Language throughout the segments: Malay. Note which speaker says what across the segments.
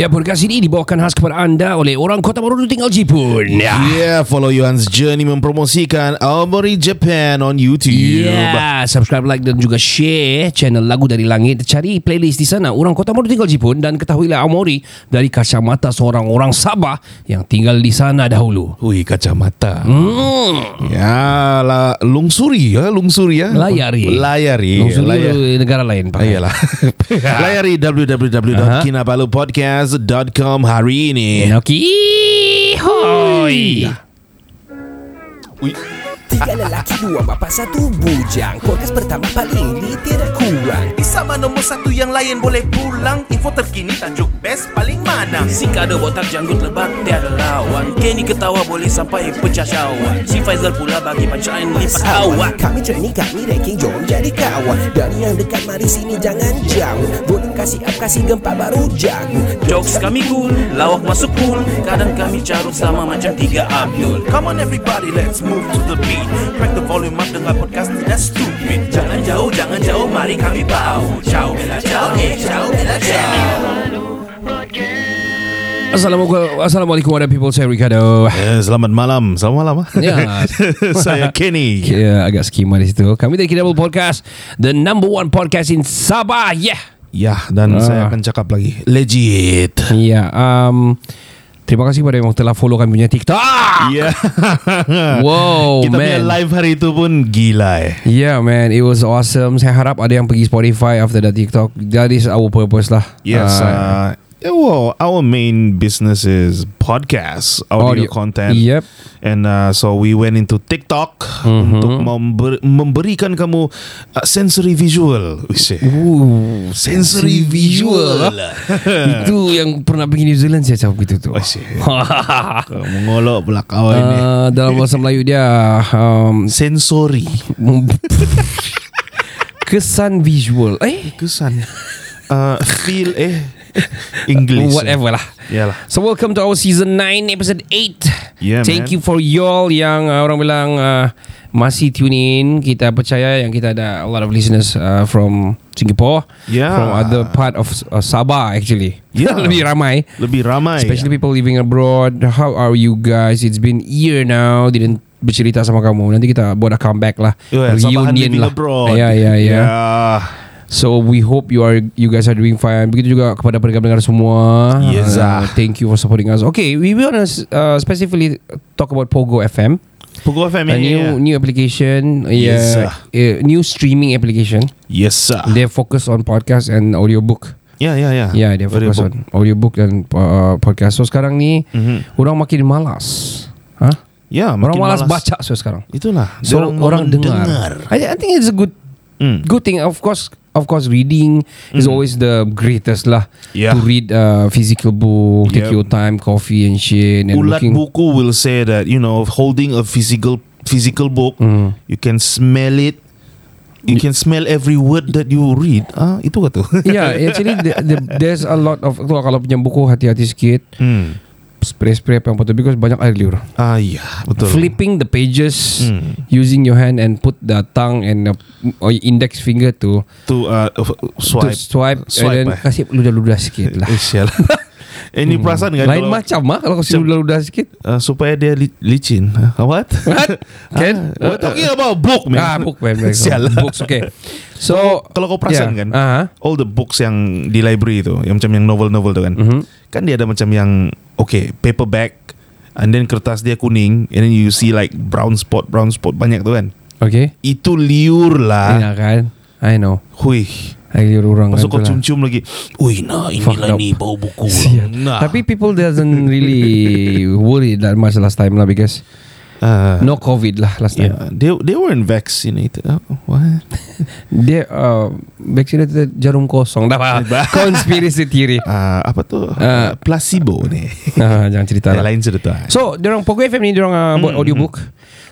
Speaker 1: Ya, podcast ini dibawakan khas kepada anda oleh orang Kota Baru tinggal Jepun. Ya.
Speaker 2: Yeah, follow Yuan's journey mempromosikan Omori Japan on YouTube.
Speaker 1: Yeah, subscribe, like dan juga share channel Lagu Dari Langit. Cari playlist di sana Orang Kota Baru Tinggal Jepun dan ketahuilah Amori dari kacamata seorang orang Sabah yang tinggal di sana dahulu.
Speaker 2: Hui kacamata. Hmm. Ya, la, lungsuri ya, lungsuri ya.
Speaker 1: Layari.
Speaker 2: Layari.
Speaker 1: Langsung
Speaker 2: Layar.
Speaker 1: ke negara lain. Pak.
Speaker 2: Ayolah. Layari www.kinabalupodcast.com hari ini.
Speaker 1: Enoki. Hoi.
Speaker 3: Tiga lelaki, dua bapa, satu bujang Podcast pertama paling ini tidak kurang
Speaker 4: Di sama nombor satu yang lain boleh pulang Info terkini tajuk best paling mana Si kada botak janggut lebat tiada lawan Kenny ketawa boleh sampai pecah syawak Si Faizal pula bagi pancaan lipat awak
Speaker 3: Kami training, kami ranking, jom jadi kawan Dan yang dekat mari sini jangan jauh Volume kasih up, kasih gempa baru jago
Speaker 4: Jokes kami cool, lawak masuk cool Kadang kami carut sama macam tiga Abdul Come on everybody, let's move to the beat Crack the volume up dengan podcast tidak stupid Jangan jauh, jangan jauh, mari kami bau Ciao, bella, ciao, eh, ciao, bella, ciao
Speaker 1: Assalamualaikum, Assalamualaikum warahmatullahi people. Saya Ricardo.
Speaker 2: Eh, selamat malam. Selamat malam. ah.
Speaker 1: Ya.
Speaker 2: Saya Kenny.
Speaker 1: Ya, agak skima di situ. Kami dari Kinabalu Podcast, the number one podcast in Sabah. Yeah.
Speaker 2: Ya, dan
Speaker 1: Ah.
Speaker 2: saya akan cakap lagi. Legit.
Speaker 1: Ya, um, terima kasih kepada yang telah follow kami punya TikTok.
Speaker 2: Ya.
Speaker 1: Wow,
Speaker 2: Kita punya
Speaker 1: Ah. Oh, man.
Speaker 2: live hari itu pun gila eh.
Speaker 1: Yeah man, it was awesome. Saya harap ada yang pergi Spotify after that TikTok. That is our purpose lah.
Speaker 2: Yes.
Speaker 1: Ah,
Speaker 2: Uh, well, our main business is podcasts, audio,
Speaker 1: audio-
Speaker 2: content.
Speaker 1: Yep.
Speaker 2: And uh, so we went into TikTok untuk
Speaker 1: Mm-hmm.
Speaker 2: member, memberikan kamu uh, sensory visual. We say.
Speaker 1: Ooh,
Speaker 2: Sensory visual.
Speaker 1: Itu yang pernah pergi New Zealand saya cakap gitu tu.
Speaker 2: Oh, shit. Kau Mengolok pula kau ini.
Speaker 1: Uh, dalam bahasa Melayu dia um,
Speaker 2: Sensory.
Speaker 1: kesan visual. Eh,
Speaker 2: Kesan. Uh, feel eh. English.
Speaker 1: whatever lah.
Speaker 2: Yalah.
Speaker 1: So welcome to our season 9 episode 8.
Speaker 2: Yeah, man.
Speaker 1: Thank you for y'all yang uh, orang bilang uh, masih tune in. Kita percaya yang kita ada a lot of listeners uh, from Singapore,
Speaker 2: Yeah.
Speaker 1: from other part of uh, Sabah actually.
Speaker 2: Yeah.
Speaker 1: Lebih ramai.
Speaker 2: Lebih ramai.
Speaker 1: Especially people living abroad. How are you guys? It's been year now. Didn't bercerita sama kamu. Nanti kita buat a comeback lah.
Speaker 2: Yeah, Sabahan
Speaker 1: Reunion
Speaker 2: living
Speaker 1: lah.
Speaker 2: abroad.
Speaker 1: Ya, ya, ya.
Speaker 2: Yeah.
Speaker 1: So we hope you are you guys are doing fine. Begitu juga kepada pendengar-pendengar semua. Uh,
Speaker 2: Yes, ah.
Speaker 1: thank you for supporting us. Okay, we will uh, specifically talk about Pogo FM,
Speaker 2: Pogo FM
Speaker 1: a new
Speaker 2: yeah.
Speaker 1: new application,
Speaker 2: Yes,
Speaker 1: yeah, uh, new streaming application.
Speaker 2: Yes sir.
Speaker 1: They focus on podcast and audiobook.
Speaker 2: Yeah, yeah, yeah.
Speaker 1: Yeah, they focus
Speaker 2: Ah, Audiobook.
Speaker 1: on audiobook dan uh, podcast. So sekarang ni
Speaker 2: Mhm.
Speaker 1: orang makin malas. Hah?
Speaker 2: Yeah,
Speaker 1: Orang
Speaker 2: makin
Speaker 1: Ya, malas, baca so sekarang.
Speaker 2: Itulah.
Speaker 1: So
Speaker 2: Dorang
Speaker 1: orang, dengar. I, I think it's a good
Speaker 2: Mm.
Speaker 1: good thing. Of course, of course, reading is always the greatest lah.
Speaker 2: Hmm. Yeah.
Speaker 1: To read uh, physical book, take
Speaker 2: Yep.
Speaker 1: your time, coffee and shit, and
Speaker 2: Ulat
Speaker 1: looking.
Speaker 2: Buku will say that you know, holding a physical physical book,
Speaker 1: Hmm.
Speaker 2: you can smell it. You can smell every word that you read. Ah, itu kata.
Speaker 1: yeah, actually the, the, there's a lot of tu lah, kalau punya buku hati-hati sikit,
Speaker 2: Hmm.
Speaker 1: spray-spray apa yang patut because banyak air liur.
Speaker 2: Ah, ya, betul.
Speaker 1: Flipping the pages
Speaker 2: Hmm.
Speaker 1: using your hand and put the tongue and the or index finger to
Speaker 2: to uh, f-
Speaker 1: to
Speaker 2: swipe.
Speaker 1: swipe,
Speaker 2: Swipe,
Speaker 1: and then
Speaker 2: eh.
Speaker 1: kasih ludah-ludah sikit lah. Hmm.
Speaker 2: Eh, sial. Eh, Ini perasaan kan
Speaker 1: Lain
Speaker 2: kalau,
Speaker 1: macam mah kalau kasih
Speaker 2: Macam-
Speaker 1: ludah-ludah sikit.
Speaker 2: uh, supaya dia li- licin. Ah, What?
Speaker 1: What? Can?
Speaker 2: We're talking about book, man.
Speaker 1: Ah, book man. man.
Speaker 2: Sial. lah.
Speaker 1: Books, okay. So,
Speaker 2: Kalau kau perasan kan,
Speaker 1: uh
Speaker 2: all the books yang di library itu, yang macam yang novel-novel itu kan,
Speaker 1: Mhm.
Speaker 2: kan dia ada macam yang okay paperback, and then kertas dia kuning, and then you see like brown spot, brown spot banyak tuh kan.
Speaker 1: Okay.
Speaker 2: Itu liur
Speaker 1: Ya
Speaker 2: lah.
Speaker 1: kan? I know.
Speaker 2: Hui.
Speaker 1: I liur orang
Speaker 2: Masuk kau
Speaker 1: kan tu lah.
Speaker 2: cium-cium lagi. Ui, nah
Speaker 1: Fucked
Speaker 2: inilah
Speaker 1: up.
Speaker 2: ni bau buku.
Speaker 1: Sial.
Speaker 2: Nah.
Speaker 1: Tapi people doesn't really worry that much last time lah because
Speaker 2: Ah,
Speaker 1: no COVID lah last time.
Speaker 2: yeah, they they weren't vaccinated. Oh, what?
Speaker 1: Dia uh, vaccinated jarum kosong dah lah. Conspiracy theory.
Speaker 2: Ah, apa tuh?
Speaker 1: Ah.
Speaker 2: placebo nih.
Speaker 1: Ah, jangan cerita lah.
Speaker 2: Lain cerita. Hmm,
Speaker 1: So, diorang Pogo FM ni diorang uh, ah, buat audiobook.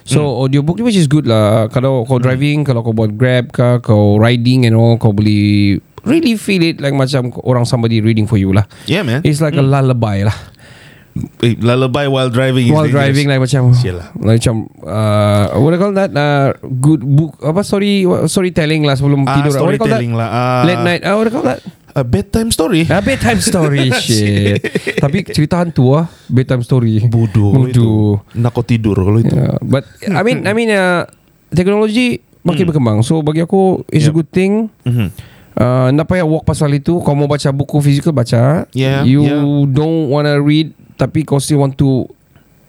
Speaker 1: So mm. audiobook ni which is good lah. Kalau kau driving, kalau kau buat grab ke, kau riding and all, kau boleh really feel it like macam orang somebody reading for you lah.
Speaker 2: Yeah, Hmm. man.
Speaker 1: It's like mm. a lullaby lah.
Speaker 2: Eh, Lullaby while driving is
Speaker 1: While
Speaker 2: dangerous.
Speaker 1: driving like macam
Speaker 2: Sialah.
Speaker 1: like macam uh, what do you call that uh, good book apa sorry what- storytelling lah sebelum
Speaker 2: Ah,
Speaker 1: tidur. What do you call that?
Speaker 2: storytelling lah. Ah.
Speaker 1: Late night. Uh, what do you call that?
Speaker 2: A bedtime story
Speaker 1: Ah, bedtime story shit. Tapi cerita hantu ah, bedtime story.
Speaker 2: Bodoh kalau itu.
Speaker 1: Bodoh. Ah.
Speaker 2: Nak kau tidur kalau itu
Speaker 1: Yeah, but I mean, I mean, uh, teknologi makin
Speaker 2: Hmm.
Speaker 1: berkembang. So bagi aku, it's a
Speaker 2: Yep.
Speaker 1: good thing.
Speaker 2: Mhm.
Speaker 1: Uh, nak payah walk pasal itu. Kau mau baca buku fizikal baca.
Speaker 2: Yeah,
Speaker 1: you
Speaker 2: yeah.
Speaker 1: don't wanna read, tapi kau still want to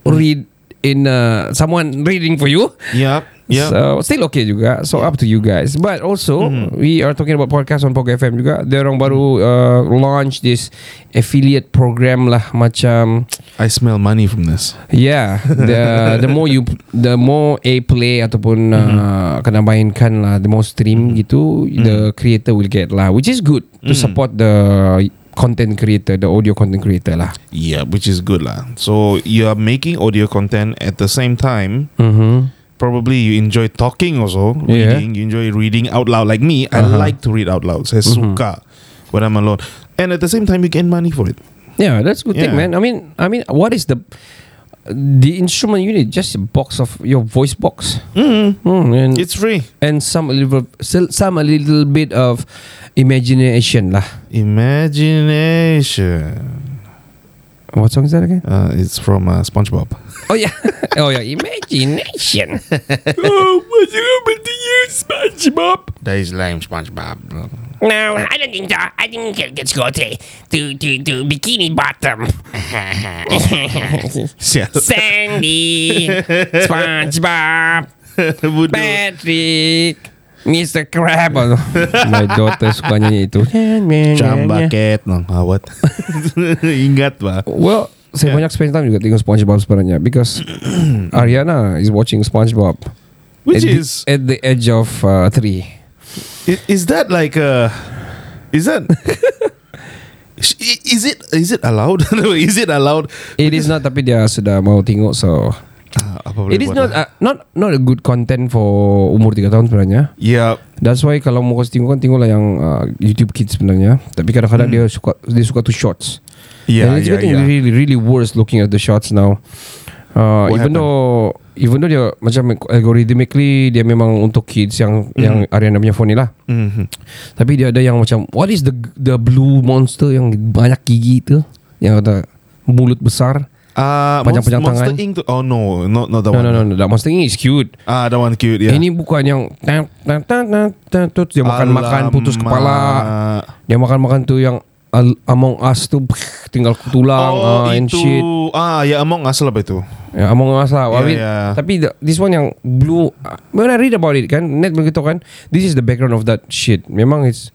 Speaker 1: read in uh, someone reading for you.
Speaker 2: Yep Yep
Speaker 1: So still okay juga. So up to you guys. But also
Speaker 2: Hmm.
Speaker 1: we are talking about podcast on Pogo FM juga. Dia orang baru uh, launch this affiliate program lah macam
Speaker 2: I smell money from this
Speaker 1: Yeah, the the more you the more a play ataupun uh, kena mainkan lah, the more stream gitu, the creator will get lah, which is good to support the content creator, the audio content creator lah.
Speaker 2: Yeah which is good lah So you are making audio content At the same time
Speaker 1: Mm-hmm.
Speaker 2: Probably you enjoy talking also
Speaker 1: Yeah. Uh-huh.
Speaker 2: Reading You enjoy reading out loud Like me I like to read out loud Saya
Speaker 1: Mm-hmm.
Speaker 2: suka When I'm alone And at the same time You get money for it
Speaker 1: Yeah, that's good thing,
Speaker 2: Yeah.
Speaker 1: man. I mean, I mean, what is the the instrument you need? Just a box of your voice box.
Speaker 2: mm.
Speaker 1: Mm, and
Speaker 2: It's free
Speaker 1: and some a little some a little bit of imagination lah.
Speaker 2: Imagination
Speaker 1: What song is that again?
Speaker 2: uh, It's from uh, Spongebob
Speaker 1: Oh yeah, oh yeah, imagination.
Speaker 2: Oh, That is lame Spongebob
Speaker 5: No, I don't think so. I think it gets go to, to, to, to Bikini Bottom. Sandy, SpongeBob, Patrick, Mr. Crab.
Speaker 1: Apa tu? My daughter suka nyanyi itu.
Speaker 2: Jambaket nang awat. Ah, Ingat ba?
Speaker 1: Well, saya
Speaker 2: Yeah.
Speaker 1: banyak spend time juga tengok SpongeBob sebenarnya because Ariana is watching SpongeBob.
Speaker 2: Which
Speaker 1: at the-
Speaker 2: is
Speaker 1: at the edge of uh, three.
Speaker 2: i- is that like uh is that Sh- i- is it is it allowed? is it allowed?
Speaker 1: It is not tapi dia sudah mau tengok so
Speaker 2: Ah, apa boleh
Speaker 1: it is
Speaker 2: buat
Speaker 1: not
Speaker 2: lah.
Speaker 1: uh, not not a good content for umur 3 tahun sebenarnya.
Speaker 2: yeah.
Speaker 1: That's why kalau mau kasih tengok kan tengoklah yang uh, YouTube Kids sebenarnya. Tapi kadang-kadang dia suka dia suka tu shorts.
Speaker 2: Hmm. Yeah,
Speaker 1: and it's
Speaker 2: yeah,
Speaker 1: getting
Speaker 2: yeah.
Speaker 1: really really worse looking at the shots now. Uh,
Speaker 2: What
Speaker 1: even
Speaker 2: happened?
Speaker 1: though even though dia macam algorithmically dia memang untuk kids yang
Speaker 2: Hmm.
Speaker 1: yang Ariana punya phone ni lah.
Speaker 2: Mhm.
Speaker 1: Tapi dia ada yang macam what is the the blue monster yang banyak gigi tu yang ada mulut besar.
Speaker 2: Ah,
Speaker 1: Panjang-panjang
Speaker 2: Monst- Monster
Speaker 1: tangan.
Speaker 2: Inc. tu- Oh no, not not that
Speaker 1: No
Speaker 2: one.
Speaker 1: no no, no that monster ini is cute.
Speaker 2: Ah, that one cute. Yeah.
Speaker 1: Ini bukan yang tan tan tan tan, tan tu dia makan-makan putus
Speaker 2: Alamak.
Speaker 1: kepala. Dia makan-makan tu yang Al- Among Us tu tinggal tulang
Speaker 2: Oh,
Speaker 1: ah, and
Speaker 2: itu.
Speaker 1: shit.
Speaker 2: Ah, ya Among Us lah apa itu.
Speaker 1: Ya, Among Us lah. I
Speaker 2: Yeah,
Speaker 1: mean,
Speaker 2: yeah.
Speaker 1: Tapi the, this one yang blue, uh, when I read about it kan, net begitu kan, this is the background of that shit. Memang it's,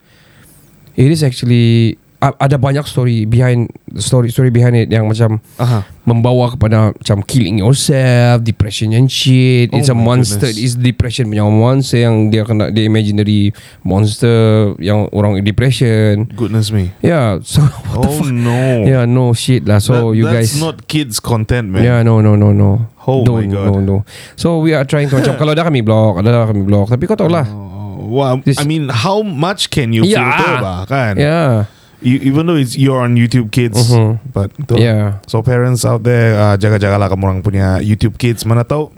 Speaker 1: it is actually a- ada banyak story behind story story behind it yang macam
Speaker 2: Aha.
Speaker 1: membawa kepada macam killing yourself, depression and shit.
Speaker 2: Oh
Speaker 1: it's a
Speaker 2: my
Speaker 1: monster.
Speaker 2: goodness.
Speaker 1: It's depression punya monster yang dia kena dia imaginary monster yang orang depression.
Speaker 2: Goodness me.
Speaker 1: Yeah, so what the
Speaker 2: Oh
Speaker 1: fuck?
Speaker 2: no.
Speaker 1: Yeah, no shit lah.
Speaker 2: That-
Speaker 1: So you
Speaker 2: that's
Speaker 1: guys
Speaker 2: not kids content, man.
Speaker 1: Yeah, no, no, no, no.
Speaker 2: Oh
Speaker 1: don't,
Speaker 2: my God.
Speaker 1: No, no. So we are trying to macam kalau dah kami block, ada dah kami block. Tapi kau tahu lah.
Speaker 2: Oh. Well,
Speaker 1: This-
Speaker 2: I mean, how much can you
Speaker 1: Yeah.
Speaker 2: filter, bah, kan?
Speaker 1: Yeah.
Speaker 2: You, E, even though it's you're on YouTube Kids,
Speaker 1: Mhm.
Speaker 2: but tu.
Speaker 1: Yeah.
Speaker 2: So parents out there, uh, jaga-jagalah kamu orang punya YouTube Kids. Mana tahu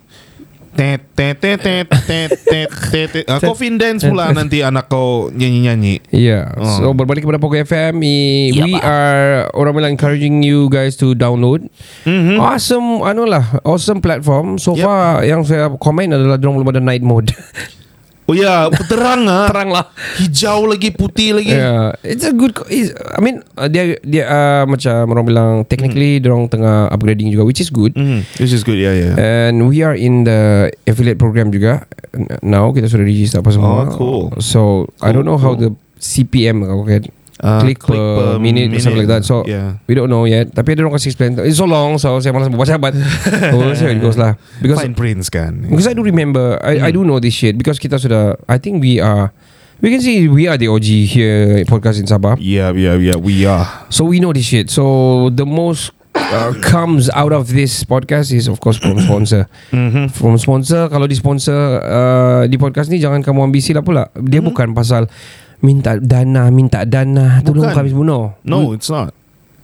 Speaker 2: tet tet tet tet tet tet tet tet. Ah, Coffin dance pula nanti anak kau nyanyi-nyanyi.
Speaker 1: Yeah.
Speaker 2: Oh.
Speaker 1: So berbalik kepada Pogo FM, i- eh, we are orang bilang encouraging you guys to download.
Speaker 2: Mhm.
Speaker 1: Awesome anu lah, awesome platform. So
Speaker 2: Yep.
Speaker 1: far yang saya komen adalah dorang belum ada night mode.
Speaker 2: Oh ya, yeah, terang ah.
Speaker 1: Terang lah.
Speaker 2: Hijau lagi, putih lagi.
Speaker 1: Yeah, it's a good. co- It's, I mean, uh, dia dia uh, macam orang bilang
Speaker 2: Hmm.
Speaker 1: technically dorang tengah upgrading juga, which is good.
Speaker 2: Mhm. This is good. Yeah, yeah. yeah.
Speaker 1: And we are in the affiliate program juga N- Now kita sudah register apa semua
Speaker 2: Oh, cool.
Speaker 1: So I don't know how the CPM okay,
Speaker 2: Ah,
Speaker 1: click, per, minute, or something like that So
Speaker 2: yeah.
Speaker 1: we don't know yet Tapi ada orang kasih explain It's so long So saya malas membaca But Oh see how it goes lah Because
Speaker 2: Fine prints kan.
Speaker 1: Because I do remember I,
Speaker 2: Hmm.
Speaker 1: I do know this shit Because kita sudah I think we are We can see we are the OG here Podcast in Sabah
Speaker 2: Yeah, yeah, yeah. We are.
Speaker 1: So we know this shit. So the most uh, comes out of this podcast is of course from sponsor. mm-hmm. From sponsor kalau di sponsor uh, di podcast ni jangan kamu ambisi lah pula. Dia mm-hmm. bukan pasal minta dana, minta dana, tolong
Speaker 2: Bukan.
Speaker 1: kami bunuh.
Speaker 2: No, it's not.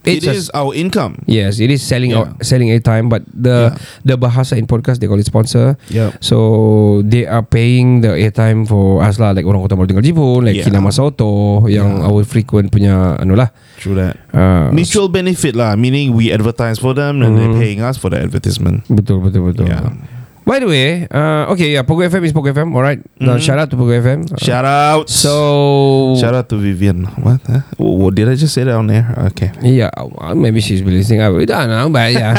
Speaker 1: It's
Speaker 2: It's
Speaker 1: a-
Speaker 2: our income.
Speaker 1: Yes, it is selling
Speaker 2: Yeah.
Speaker 1: out, selling airtime, but the
Speaker 2: Yeah.
Speaker 1: the bahasa in podcast they call it sponsor.
Speaker 2: Yeah.
Speaker 1: So they are paying the airtime for us lah, like orang kota baru tinggal Jepun, like
Speaker 2: Yeah.
Speaker 1: yeah. Kinama Soto yang
Speaker 2: Yeah.
Speaker 1: our frequent punya anu lah.
Speaker 2: True that.
Speaker 1: Uh,
Speaker 2: Mutual benefit lah, meaning we advertise for them and
Speaker 1: Mhm.
Speaker 2: they're paying us for the advertisement.
Speaker 1: betul betul betul.
Speaker 2: Yeah.
Speaker 1: By the way, uh, okay, yeah, Pogo FM is Pogo FM, alright. Uh,
Speaker 2: Mhm.
Speaker 1: shout out to Pogo FM. Uh,
Speaker 2: Shout out.
Speaker 1: so
Speaker 2: Shout out to Vivian. What? Huh? Oh, did I just say that on air? Okay.
Speaker 1: Yeah, uh, maybe she's been listening. I don't know, but yeah.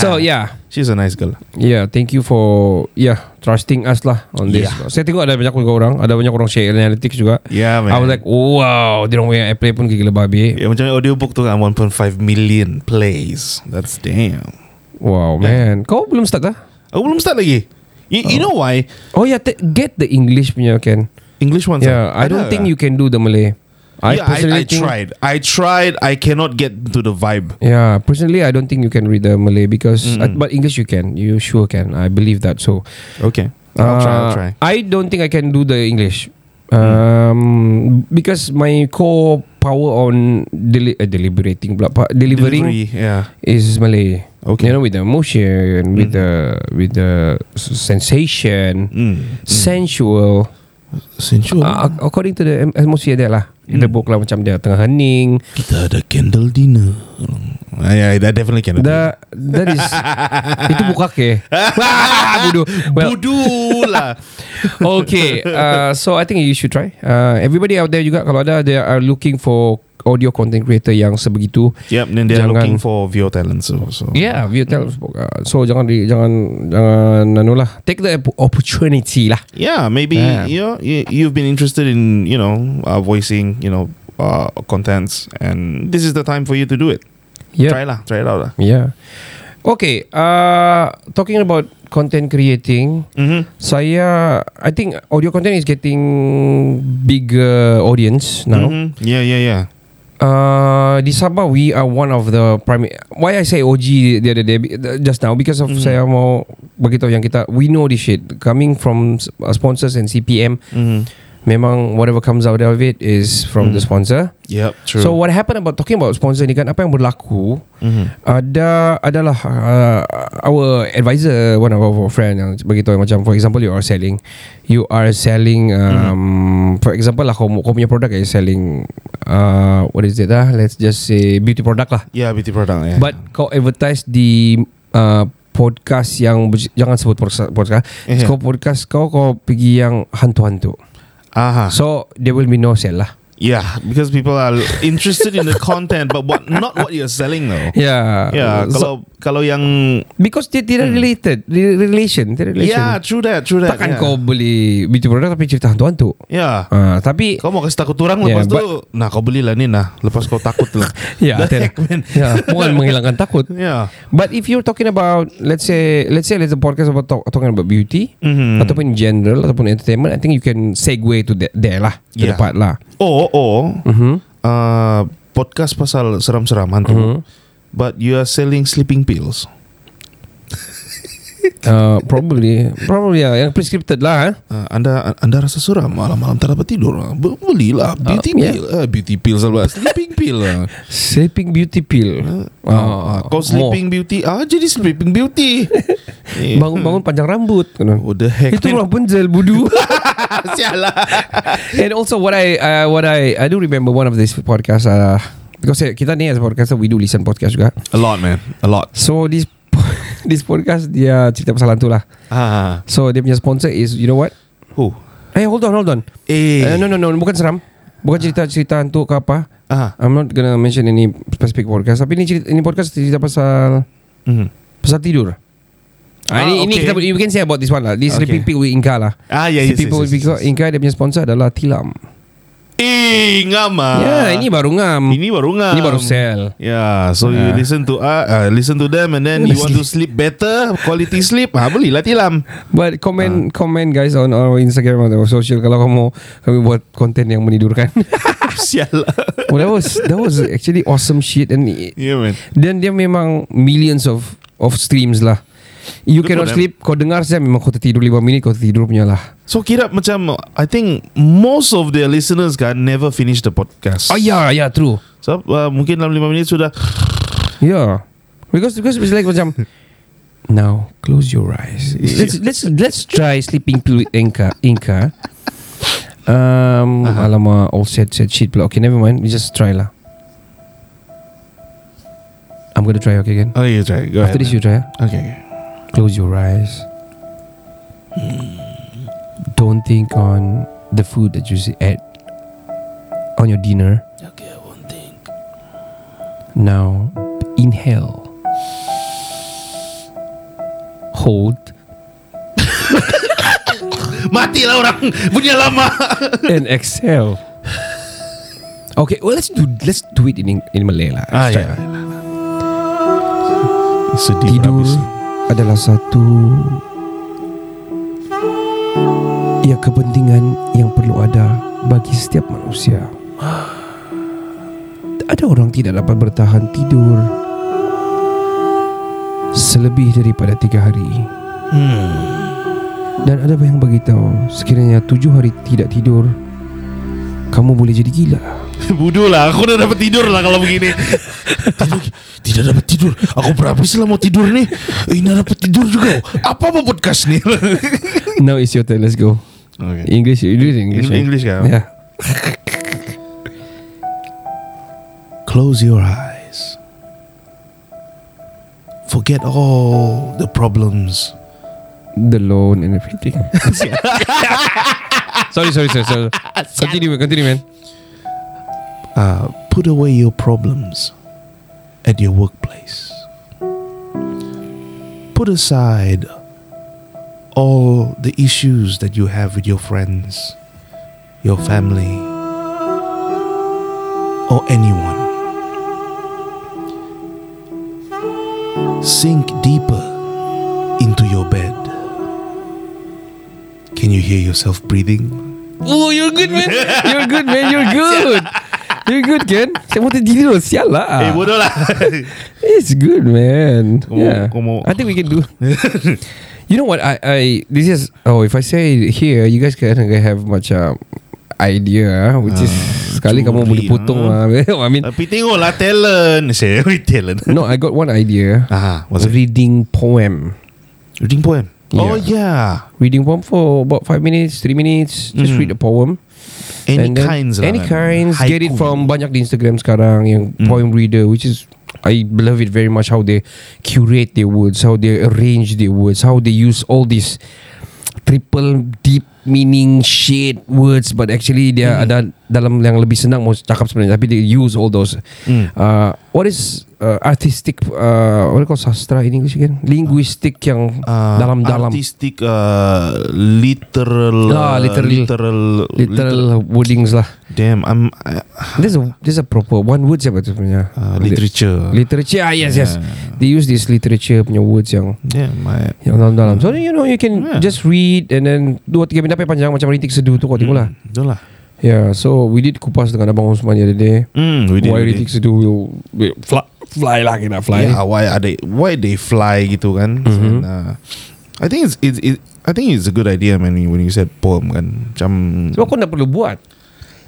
Speaker 1: so yeah,
Speaker 2: She's a nice girl.
Speaker 1: Yeah, thank you for yeah trusting us lah on this.
Speaker 2: Yeah.
Speaker 1: Saya tengok ada banyak juga orang, ada banyak orang share analytics juga.
Speaker 2: Yeah, man.
Speaker 1: I was like, wow, dia orang punya airplay pun gila babi.
Speaker 2: yeah, macam audiobook tu kan 1.5 million plays. That's damn.
Speaker 1: Wow, man. Kau belum start ah? kah?
Speaker 2: Aku belum start lagi. You, you know why?
Speaker 1: Oh yeah, te- get the English punya kan.
Speaker 2: English ones.
Speaker 1: Yeah, I don't think you can do the Malay.
Speaker 2: I yeah, I, I
Speaker 1: think-
Speaker 2: tried. I tried. I cannot get into the vibe.
Speaker 1: Yeah, Ya, personally, I don't think you can read the Malay because, uh, but English you can. You sure can. I believe that. So,
Speaker 2: Okay. I'll try. I'll
Speaker 1: Uh,
Speaker 2: try.
Speaker 1: I don't think I can do the English. Um, because my core power on deli- uh, deliberating pula, pa- delivering
Speaker 2: Delivery. Yeah.
Speaker 1: is Malay.
Speaker 2: Okay.
Speaker 1: You know, with the emotion, with the with the s- sensation,
Speaker 2: Mm.
Speaker 1: sensual.
Speaker 2: Sensual.
Speaker 1: Uh, ac- according to the em- atmosphere there lah, the book lah macam dia tengah hening.
Speaker 2: Kita ada candle dinner. I, I, I Ah, definitely cannot. do it.
Speaker 1: The that is itu buka ke? Wah, bodoh. Well,
Speaker 2: Bodoh lah.
Speaker 1: okay, uh, so I think you should try. Uh, everybody out there juga kalau ada they are looking for audio content creator yang sebegitu.
Speaker 2: Yep, and they're
Speaker 1: Jangan-
Speaker 2: looking for VO talents also.
Speaker 1: Yeah, you tell uh, so jangan di, jangan jangan anu lah. Take the op- opportunity lah.
Speaker 2: Yeah, maybe
Speaker 1: Yeah.
Speaker 2: you know you, you've been interested in you know uh, voicing you know uh, contents, and this is the time for you to do it.
Speaker 1: Yeah.
Speaker 2: Try lah, try it out lah.
Speaker 1: Yeah. Okay, uh, talking about content creating,
Speaker 2: Mm-hmm.
Speaker 1: saya I think audio content is getting bigger audience now.
Speaker 2: Mm-hmm. Yeah, yeah, yeah.
Speaker 1: Uh, di Sabah we are one of the prime. Why I say OG the other day be- the- just now because of saya mau beritahu yang kita we know this shit coming from s- uh, sponsors and CPM.
Speaker 2: Mm-hmm.
Speaker 1: Memang whatever comes out of it is from the sponsor.
Speaker 2: Yep, true.
Speaker 1: So what happened about talking about sponsor ni kan apa yang berlaku
Speaker 2: Mhm.
Speaker 1: ada adalah uh, our advisor one of our friend yang beritahu macam for example you are selling you are selling
Speaker 2: Mhm.
Speaker 1: um, for example lah kau, kau punya product is selling uh, what is it lah let's just say beauty product lah
Speaker 2: yeah, beauty product. Yeah.
Speaker 1: but kau advertise di uh, podcast yang ber- jangan sebut podcast podcast ah.
Speaker 2: Eh.
Speaker 1: kau podcast kau kau pergi yang hantu-hantu
Speaker 2: aha,
Speaker 1: so there will be no sale lah
Speaker 2: Uh-huh. yeah, because people are interested in the content, but what not what you're selling though.
Speaker 1: yeah
Speaker 2: Yeah,
Speaker 1: So-
Speaker 2: kalau kalau yang
Speaker 1: Because dia
Speaker 2: Hmm.
Speaker 1: tidak related re- Relation Tidak relation
Speaker 2: yeah, true that, true that. ya.
Speaker 1: Takkan
Speaker 2: yeah.
Speaker 1: kau beli Beauty product Tapi cerita hantu-hantu
Speaker 2: Yeah.
Speaker 1: Ah, Tapi
Speaker 2: Kau mau kasih takut orang
Speaker 1: Yeah,
Speaker 2: lepas tu Nah kau belilah ni nah Lepas kau takut lah
Speaker 1: Ya
Speaker 2: The
Speaker 1: tidak.
Speaker 2: heck, man.
Speaker 1: Ya, Bukan menghilangkan takut
Speaker 2: Yeah
Speaker 1: But if you're talking about Let's say Let's say there's a podcast about talk, Talking about beauty
Speaker 2: Mhm.
Speaker 1: Ataupun general Ataupun entertainment I think you can Segue to that There lah To
Speaker 2: Yeah.
Speaker 1: the part lah Mm-hmm.
Speaker 2: Oh oh uh, Podcast pasal seram-seram hantu
Speaker 1: Mhm.
Speaker 2: But you are selling sleeping pills
Speaker 1: uh, Probably Probably ya Yang prescripted lah eh.
Speaker 2: Uh, anda anda rasa seram malam-malam tak dapat tidur Ah, Be- belilah beauty
Speaker 1: Uh, yeah.
Speaker 2: pill Ah, beauty pills apa sleeping pill lah.
Speaker 1: Sleeping beauty pill Oh,
Speaker 2: Ah, kau sleeping beauty ah jadi sleeping beauty Eh,
Speaker 1: Bangun-bangun panjang rambut kan?
Speaker 2: what the heck Oh, man?
Speaker 1: Itu
Speaker 2: lah.
Speaker 1: orang penjel budu
Speaker 2: sialah
Speaker 1: And also what I uh, what I I do remember one of these podcasts uh, because eh, kita ni as podcaster we do listen podcast juga.
Speaker 2: a lot man a lot
Speaker 1: So this this podcast dia cerita pasal hantu lah.
Speaker 2: ah
Speaker 1: So dia punya sponsor is you know what?
Speaker 2: who
Speaker 1: Hey hold on hold on.
Speaker 2: eh
Speaker 1: Uh, no no no bukan seram. Bukan cerita cerita hantu ke apa.
Speaker 2: ah
Speaker 1: I'm not gonna mention any specific podcast tapi ni cerita, ini podcast cerita pasal Mm.
Speaker 2: Mhm.
Speaker 1: pasal tidur. Ah,
Speaker 2: Ah,
Speaker 1: ini, ini
Speaker 2: okay.
Speaker 1: kita, you can say about this one lah. This
Speaker 2: Okay.
Speaker 1: Sleeping Pig with Inka lah.
Speaker 2: Ah, yeah, yes,
Speaker 1: Sleeping Pig
Speaker 2: yes, yes,
Speaker 1: with
Speaker 2: yes, yes.
Speaker 1: Inka dia punya sponsor adalah Tilam.
Speaker 2: Eh ngam ah.
Speaker 1: Ya, ini baru ngam.
Speaker 2: Ini baru ngam.
Speaker 1: Ini baru sel.
Speaker 2: Yeah, so you
Speaker 1: Ah.
Speaker 2: listen to uh, uh, listen to them and then you want to sleep better, quality sleep, ah belilah tilam.
Speaker 1: But comment comment guys on our Instagram atau social kalau kamu kami buat konten yang menidurkan. Ah, lah.
Speaker 2: Sial.
Speaker 1: well, that was that was actually awesome shit and it-
Speaker 2: yeah man.
Speaker 1: dan dia memang millions of of streams lah. You
Speaker 2: Good
Speaker 1: cannot
Speaker 2: for them.
Speaker 1: sleep Kau dengar saya memang kau tertidur 5 minit Kau tertidur punya lah
Speaker 2: So kira macam I think most of their listeners kan never finish the podcast.
Speaker 1: Oh ya yeah, ya yeah, true
Speaker 2: So uh, mungkin dalam 5 minit sudah
Speaker 1: Yeah Because because it's like macam Now close your eyes Let's let's let's try sleeping pill with Inka Inka Um, Alamak All sad sad shit pula Okay never mind We just try lah I'm gonna try okay again
Speaker 2: Oh you try. Go ahead.
Speaker 1: After this you try eh?
Speaker 2: Okay. okay.
Speaker 1: Close your eyes. Don't think on the food that you s- ate on your dinner. Okay, I won't think. Now, inhale. Hold
Speaker 2: Matilah orang punya lama.
Speaker 1: and exhale. Okay, well let's do let's do it in Eng- in Malay lah. Let's
Speaker 2: ah
Speaker 1: try
Speaker 2: ya.
Speaker 1: lah.
Speaker 2: Sedih lah
Speaker 1: Tidur
Speaker 2: berhabis.
Speaker 1: adalah satu ya kepentingan yang perlu ada bagi setiap manusia. Ada orang tidak dapat bertahan tidur selebih daripada tiga hari. Hmm. Dan ada yang beritahu sekiranya tujuh hari tidak tidur, kamu boleh jadi gila.
Speaker 2: Bodoh lah Aku dah dapat tidur lah Kalau begini tidur, Tidak dapat tidur Aku berapa lah mau tidur nih Ini dapat tidur juga Apa mau podcast nih
Speaker 1: Now it's your turn. Let's go.
Speaker 2: okay.
Speaker 1: English, you do it in English.
Speaker 2: In- English,
Speaker 1: right?
Speaker 2: yeah.
Speaker 1: Yeah.
Speaker 2: Close your eyes Forget all the problems
Speaker 1: the loan and everything. sorry, sorry, sorry, sorry. Continue, man, continue, man.
Speaker 2: uh, Put away your problems At your workplace Put aside All the issues that you have with your friends Your family or anyone. Sink deeper into your bed. Can you hear yourself breathing?
Speaker 1: Oh, you're good, man. You're good, man. You're good. You're good, Ken. Saya mau tidur, sial lah.
Speaker 2: Ah.
Speaker 1: It's good, man.
Speaker 2: Como-
Speaker 1: yeah.
Speaker 2: como-
Speaker 1: I think we can do. you know what? I, I this is oh, if I say it here, you guys can have much uh, idea, ah, which is sekali
Speaker 2: curi,
Speaker 1: kamu boleh potong.
Speaker 2: ah.
Speaker 1: ah. I mean,
Speaker 2: Tapi tengoklah talent. Saya talent.
Speaker 1: no, I got one idea.
Speaker 2: Ah, was it
Speaker 1: Reading poem.
Speaker 2: reading poem?
Speaker 1: Yeah.
Speaker 2: Oh yeah,
Speaker 1: reading poem for about five minutes, three minutes. Just read the poem.
Speaker 2: Hmm. any
Speaker 1: And then-
Speaker 2: kinds. lah
Speaker 1: Any
Speaker 2: kan.
Speaker 1: kinds. Get it
Speaker 2: Haiku. Hmm.
Speaker 1: from banyak di Instagram sekarang yang poem reader, which is I love it very much how they curate their words, how they arrange their words, how they use all these triple deep meaning shit words but actually
Speaker 2: Hmm.
Speaker 1: dia ada dalam yang lebih senang mau cakap sebenarnya tapi they use all those
Speaker 2: Hmm.
Speaker 1: uh, what is uh, artistic uh, what do you call sastra in English again linguistic yang
Speaker 2: Uh,
Speaker 1: dalam-dalam
Speaker 2: artistic uh, literal
Speaker 1: Ah, literal.
Speaker 2: literal literal
Speaker 1: literal wordings lah
Speaker 2: damn I'm uh, I,
Speaker 1: There's a there's a proper one word siapa tu punya?
Speaker 2: uh, literature
Speaker 1: Literature. Ah yes yes.
Speaker 2: Yeah.
Speaker 1: They use this literature punya words yang
Speaker 2: damn I,
Speaker 1: yang dalam-dalam. So you know you can
Speaker 2: Yeah.
Speaker 1: just read and then dua tiga minit apa panjang macam rintik seduh tu kau tengok lah.
Speaker 2: betul lah
Speaker 1: Yeah, so we did kupas dengan abang Osman the other day.
Speaker 2: mm, we did,
Speaker 1: Why
Speaker 2: we
Speaker 1: rintik
Speaker 2: did.
Speaker 1: seduh will, will fly, fly lah kena fly. Mhm.
Speaker 2: yeah why are they why they fly gitu kan And, uh, I think it's it, it I think it's a good idea man when you said poem kan macam
Speaker 1: Sebab kau tak perlu buat.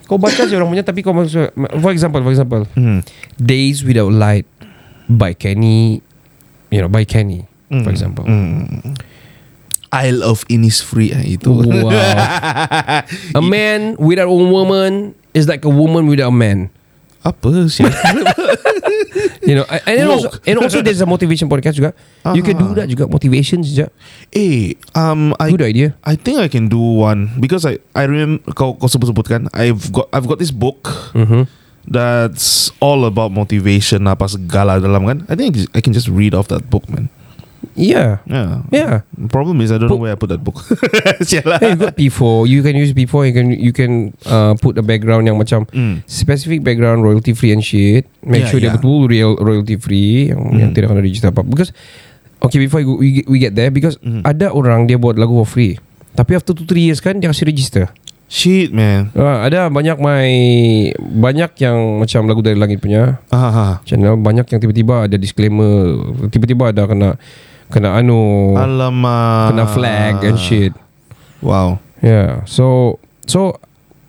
Speaker 1: Kau baca je orang punya tapi kau maksud for example for example
Speaker 2: Hmm.
Speaker 1: Days Without Light by Kenny you know by Kenny
Speaker 2: Hmm.
Speaker 1: for example.
Speaker 2: Isle of Innisfree ah, itu
Speaker 1: Wow. a man without a woman is like a woman without a man.
Speaker 2: apa sih
Speaker 1: You know, and- and also,
Speaker 2: Woke.
Speaker 1: and also there's a motivation podcast juga. You can do that juga motivation juga.
Speaker 2: eh um I
Speaker 1: Good idea.
Speaker 2: I think I can do one because I I remember kau kau sebut sebutkan I've got I've got this book
Speaker 1: Mm-hmm.
Speaker 2: that's all about motivation apa segala dalam kan I think I can just read off that book man
Speaker 1: Yeah.
Speaker 2: Yeah.
Speaker 1: Yeah.
Speaker 2: Problem is I don't know
Speaker 1: Book.
Speaker 2: where I put that book. lah. Sialah.
Speaker 1: Hey, you got P4 You can use P4 You can you can uh, put a background yang macam mm. Specific background Royalty free and shit
Speaker 2: Yeah,
Speaker 1: Make yeah, sure
Speaker 2: yeah.
Speaker 1: yeah. dia betul real, Royalty free Yang, mm. yang tidak kena register apa Because Okay before I go, we, get- we get there Because mm. ada orang Dia buat lagu for free Tapi after 2-3 years kan Dia kasih register
Speaker 2: Shit man.
Speaker 1: uh, Ada banyak my Banyak yang Macam lagu dari langit punya
Speaker 2: Ah, ah.
Speaker 1: Channel banyak yang tiba-tiba Ada disclaimer Tiba-tiba ada kena Kena anu
Speaker 2: Alamak.
Speaker 1: Oh. Kena flag and shit
Speaker 2: Wow.
Speaker 1: Yeah. So so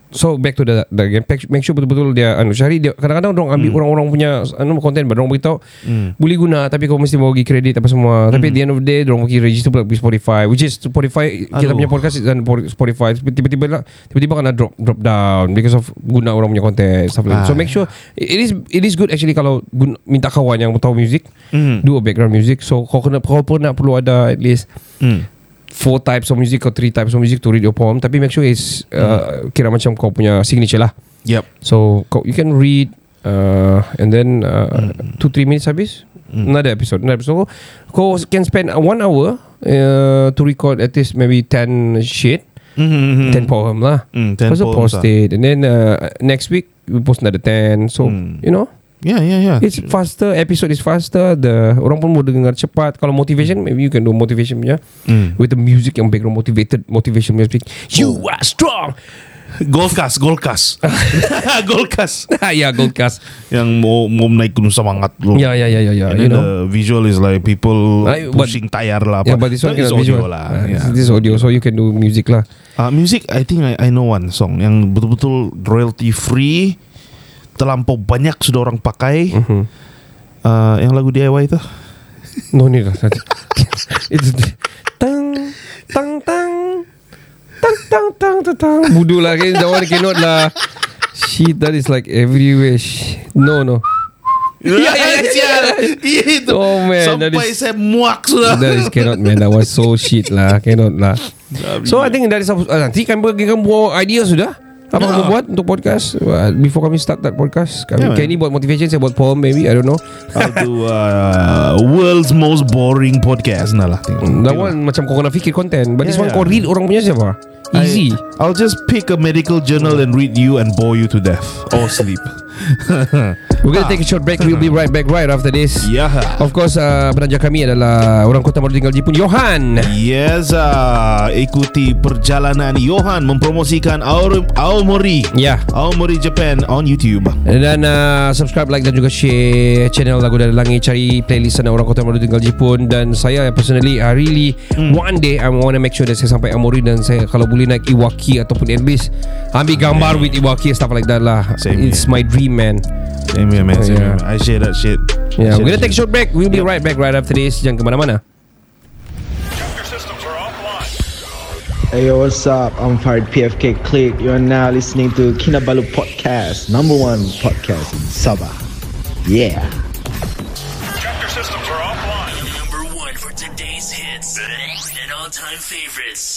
Speaker 1: so back to the, the game. Make- Make sure betul-betul dia anu cari dia kadang-kadang orang ambil orang-orang punya anu konten baru orang beritahu
Speaker 2: Mm.
Speaker 1: boleh guna tapi kau mesti mau bagi kredit apa semua. Tapi at
Speaker 2: Hmm.
Speaker 1: the end of the day orang pergi register pula pergi Spotify which is Spotify kita
Speaker 2: Aduh.
Speaker 1: punya podcast dan Spotify tiba-tiba lah tiba-tiba kena drop drop down because of guna orang punya konten stuff like that. So
Speaker 2: Ah.
Speaker 1: make sure it is it is good actually kalau guna, minta kawan yang tahu music
Speaker 2: Mm.
Speaker 1: do a background music so kau kena kau pun nak perlu ada at least
Speaker 2: Mm.
Speaker 1: four types of music or three types of music to read your poem tapi make sure it's
Speaker 2: Hmm.
Speaker 1: uh, kira macam kau punya signature lah
Speaker 2: Yep.
Speaker 1: so kau you can read uh, and then uh,
Speaker 2: Hmm.
Speaker 1: two three minutes habis another episode another episode kau can spend one hour uh, to record at least maybe 10 shit
Speaker 2: Mm-hmm.
Speaker 1: 10 poem lah
Speaker 2: Mm, 10
Speaker 1: Lepas tu
Speaker 2: poems
Speaker 1: post
Speaker 2: lah.
Speaker 1: it And then uh, Next week We post another 10 So
Speaker 2: Mm.
Speaker 1: you know
Speaker 2: Yeah, yeah, yeah.
Speaker 1: It's faster Episode is faster the Orang pun boleh dengar cepat Kalau motivation
Speaker 2: Hmm.
Speaker 1: Maybe you can do motivation punya
Speaker 2: Mm.
Speaker 1: With the music yang background Motivated Motivation music You are strong
Speaker 2: Golkas, Golkas. Golkas.
Speaker 1: Ya gold cast
Speaker 2: Yang mau mau naikin semangat lu.
Speaker 1: Ya ya ya ya ya
Speaker 2: Oh. And
Speaker 1: You
Speaker 2: then
Speaker 1: know
Speaker 2: the visual is like people
Speaker 1: I- but-
Speaker 2: pushing tayar lah.
Speaker 1: Yeah,
Speaker 2: apa.
Speaker 1: but this one
Speaker 2: That is
Speaker 1: cannot
Speaker 2: audio
Speaker 1: visual.
Speaker 2: lah.
Speaker 1: Ah,
Speaker 2: yeah.
Speaker 1: This is audio, so you can do music lah.
Speaker 2: Uh, music I think I, I know one song yang betul-betul royalty free terlampau banyak sudah orang pakai.
Speaker 1: Hmm?
Speaker 2: Uh, yang lagu DIY itu.
Speaker 1: No need lah. It's tang tang tang tang tang tang tang tang. Budu lah, kan? That one cannot lah. Shit, that is like everywhere. Shit. No no.
Speaker 2: Ya
Speaker 1: ya, ya,
Speaker 2: sial. Iya, itu.
Speaker 1: Oh, man, that
Speaker 2: Sampai
Speaker 1: is-
Speaker 2: saya muak sudah.
Speaker 1: That is cannot man That was so shit lah Cannot lah So I think dari uh, Nanti kami bagi kamu idea sudah Apa
Speaker 2: Ya.
Speaker 1: kamu buat untuk podcast Uh, Before kami start that podcast
Speaker 2: Ya,
Speaker 1: kami,
Speaker 2: man.
Speaker 1: Kenny buat motivation Saya buat poem maybe I don't know
Speaker 2: I'll do uh, world's most boring podcast nah lah. Tengok.
Speaker 1: That
Speaker 2: Tengok.
Speaker 1: one macam kau kena fikir content But
Speaker 2: Ya,
Speaker 1: this
Speaker 2: ya.
Speaker 1: one kau read orang punya siapa Easy
Speaker 2: I, I'll just pick a medical journal and read you and bore you to death or sleep.
Speaker 1: We're gonna take a short break We'll be right back right after this
Speaker 2: Ah. Yeah.
Speaker 1: Of course uh, penaja kami adalah Orang kota baru tinggal Jepun Johan
Speaker 2: Yes, ah. ikuti perjalanan Johan mempromosikan Aur- Aomori.
Speaker 1: Ya.
Speaker 2: Aomori Japan on YouTube.
Speaker 1: Dan uh, subscribe, like dan juga share channel Lagu Dari Langit Cari playlist sana Orang Kota Baru Tinggal Jepun Dan saya personally I really
Speaker 2: Hmm.
Speaker 1: One day I want to make sure That saya sampai Amori Dan saya kalau boleh naik Iwaki Ataupun Airbus Ambil gambar with Iwaki Stuff like that lah
Speaker 2: Same
Speaker 1: It's
Speaker 2: here.
Speaker 1: my dream man
Speaker 2: Same here, man. Same
Speaker 1: Oh, Yeah.
Speaker 2: here. I share that shit. Share
Speaker 1: Yeah, We're gonna
Speaker 2: that
Speaker 1: take a
Speaker 2: shit.
Speaker 1: short break We'll be right back Right after this Jangan ke mana-mana
Speaker 6: Hey yo, what's up? I'm Farid PFK Click. You are now listening to Kinabalu Podcast, number one podcast in Sabah. Yeah.
Speaker 7: Number one for today's hits and all-time favorites.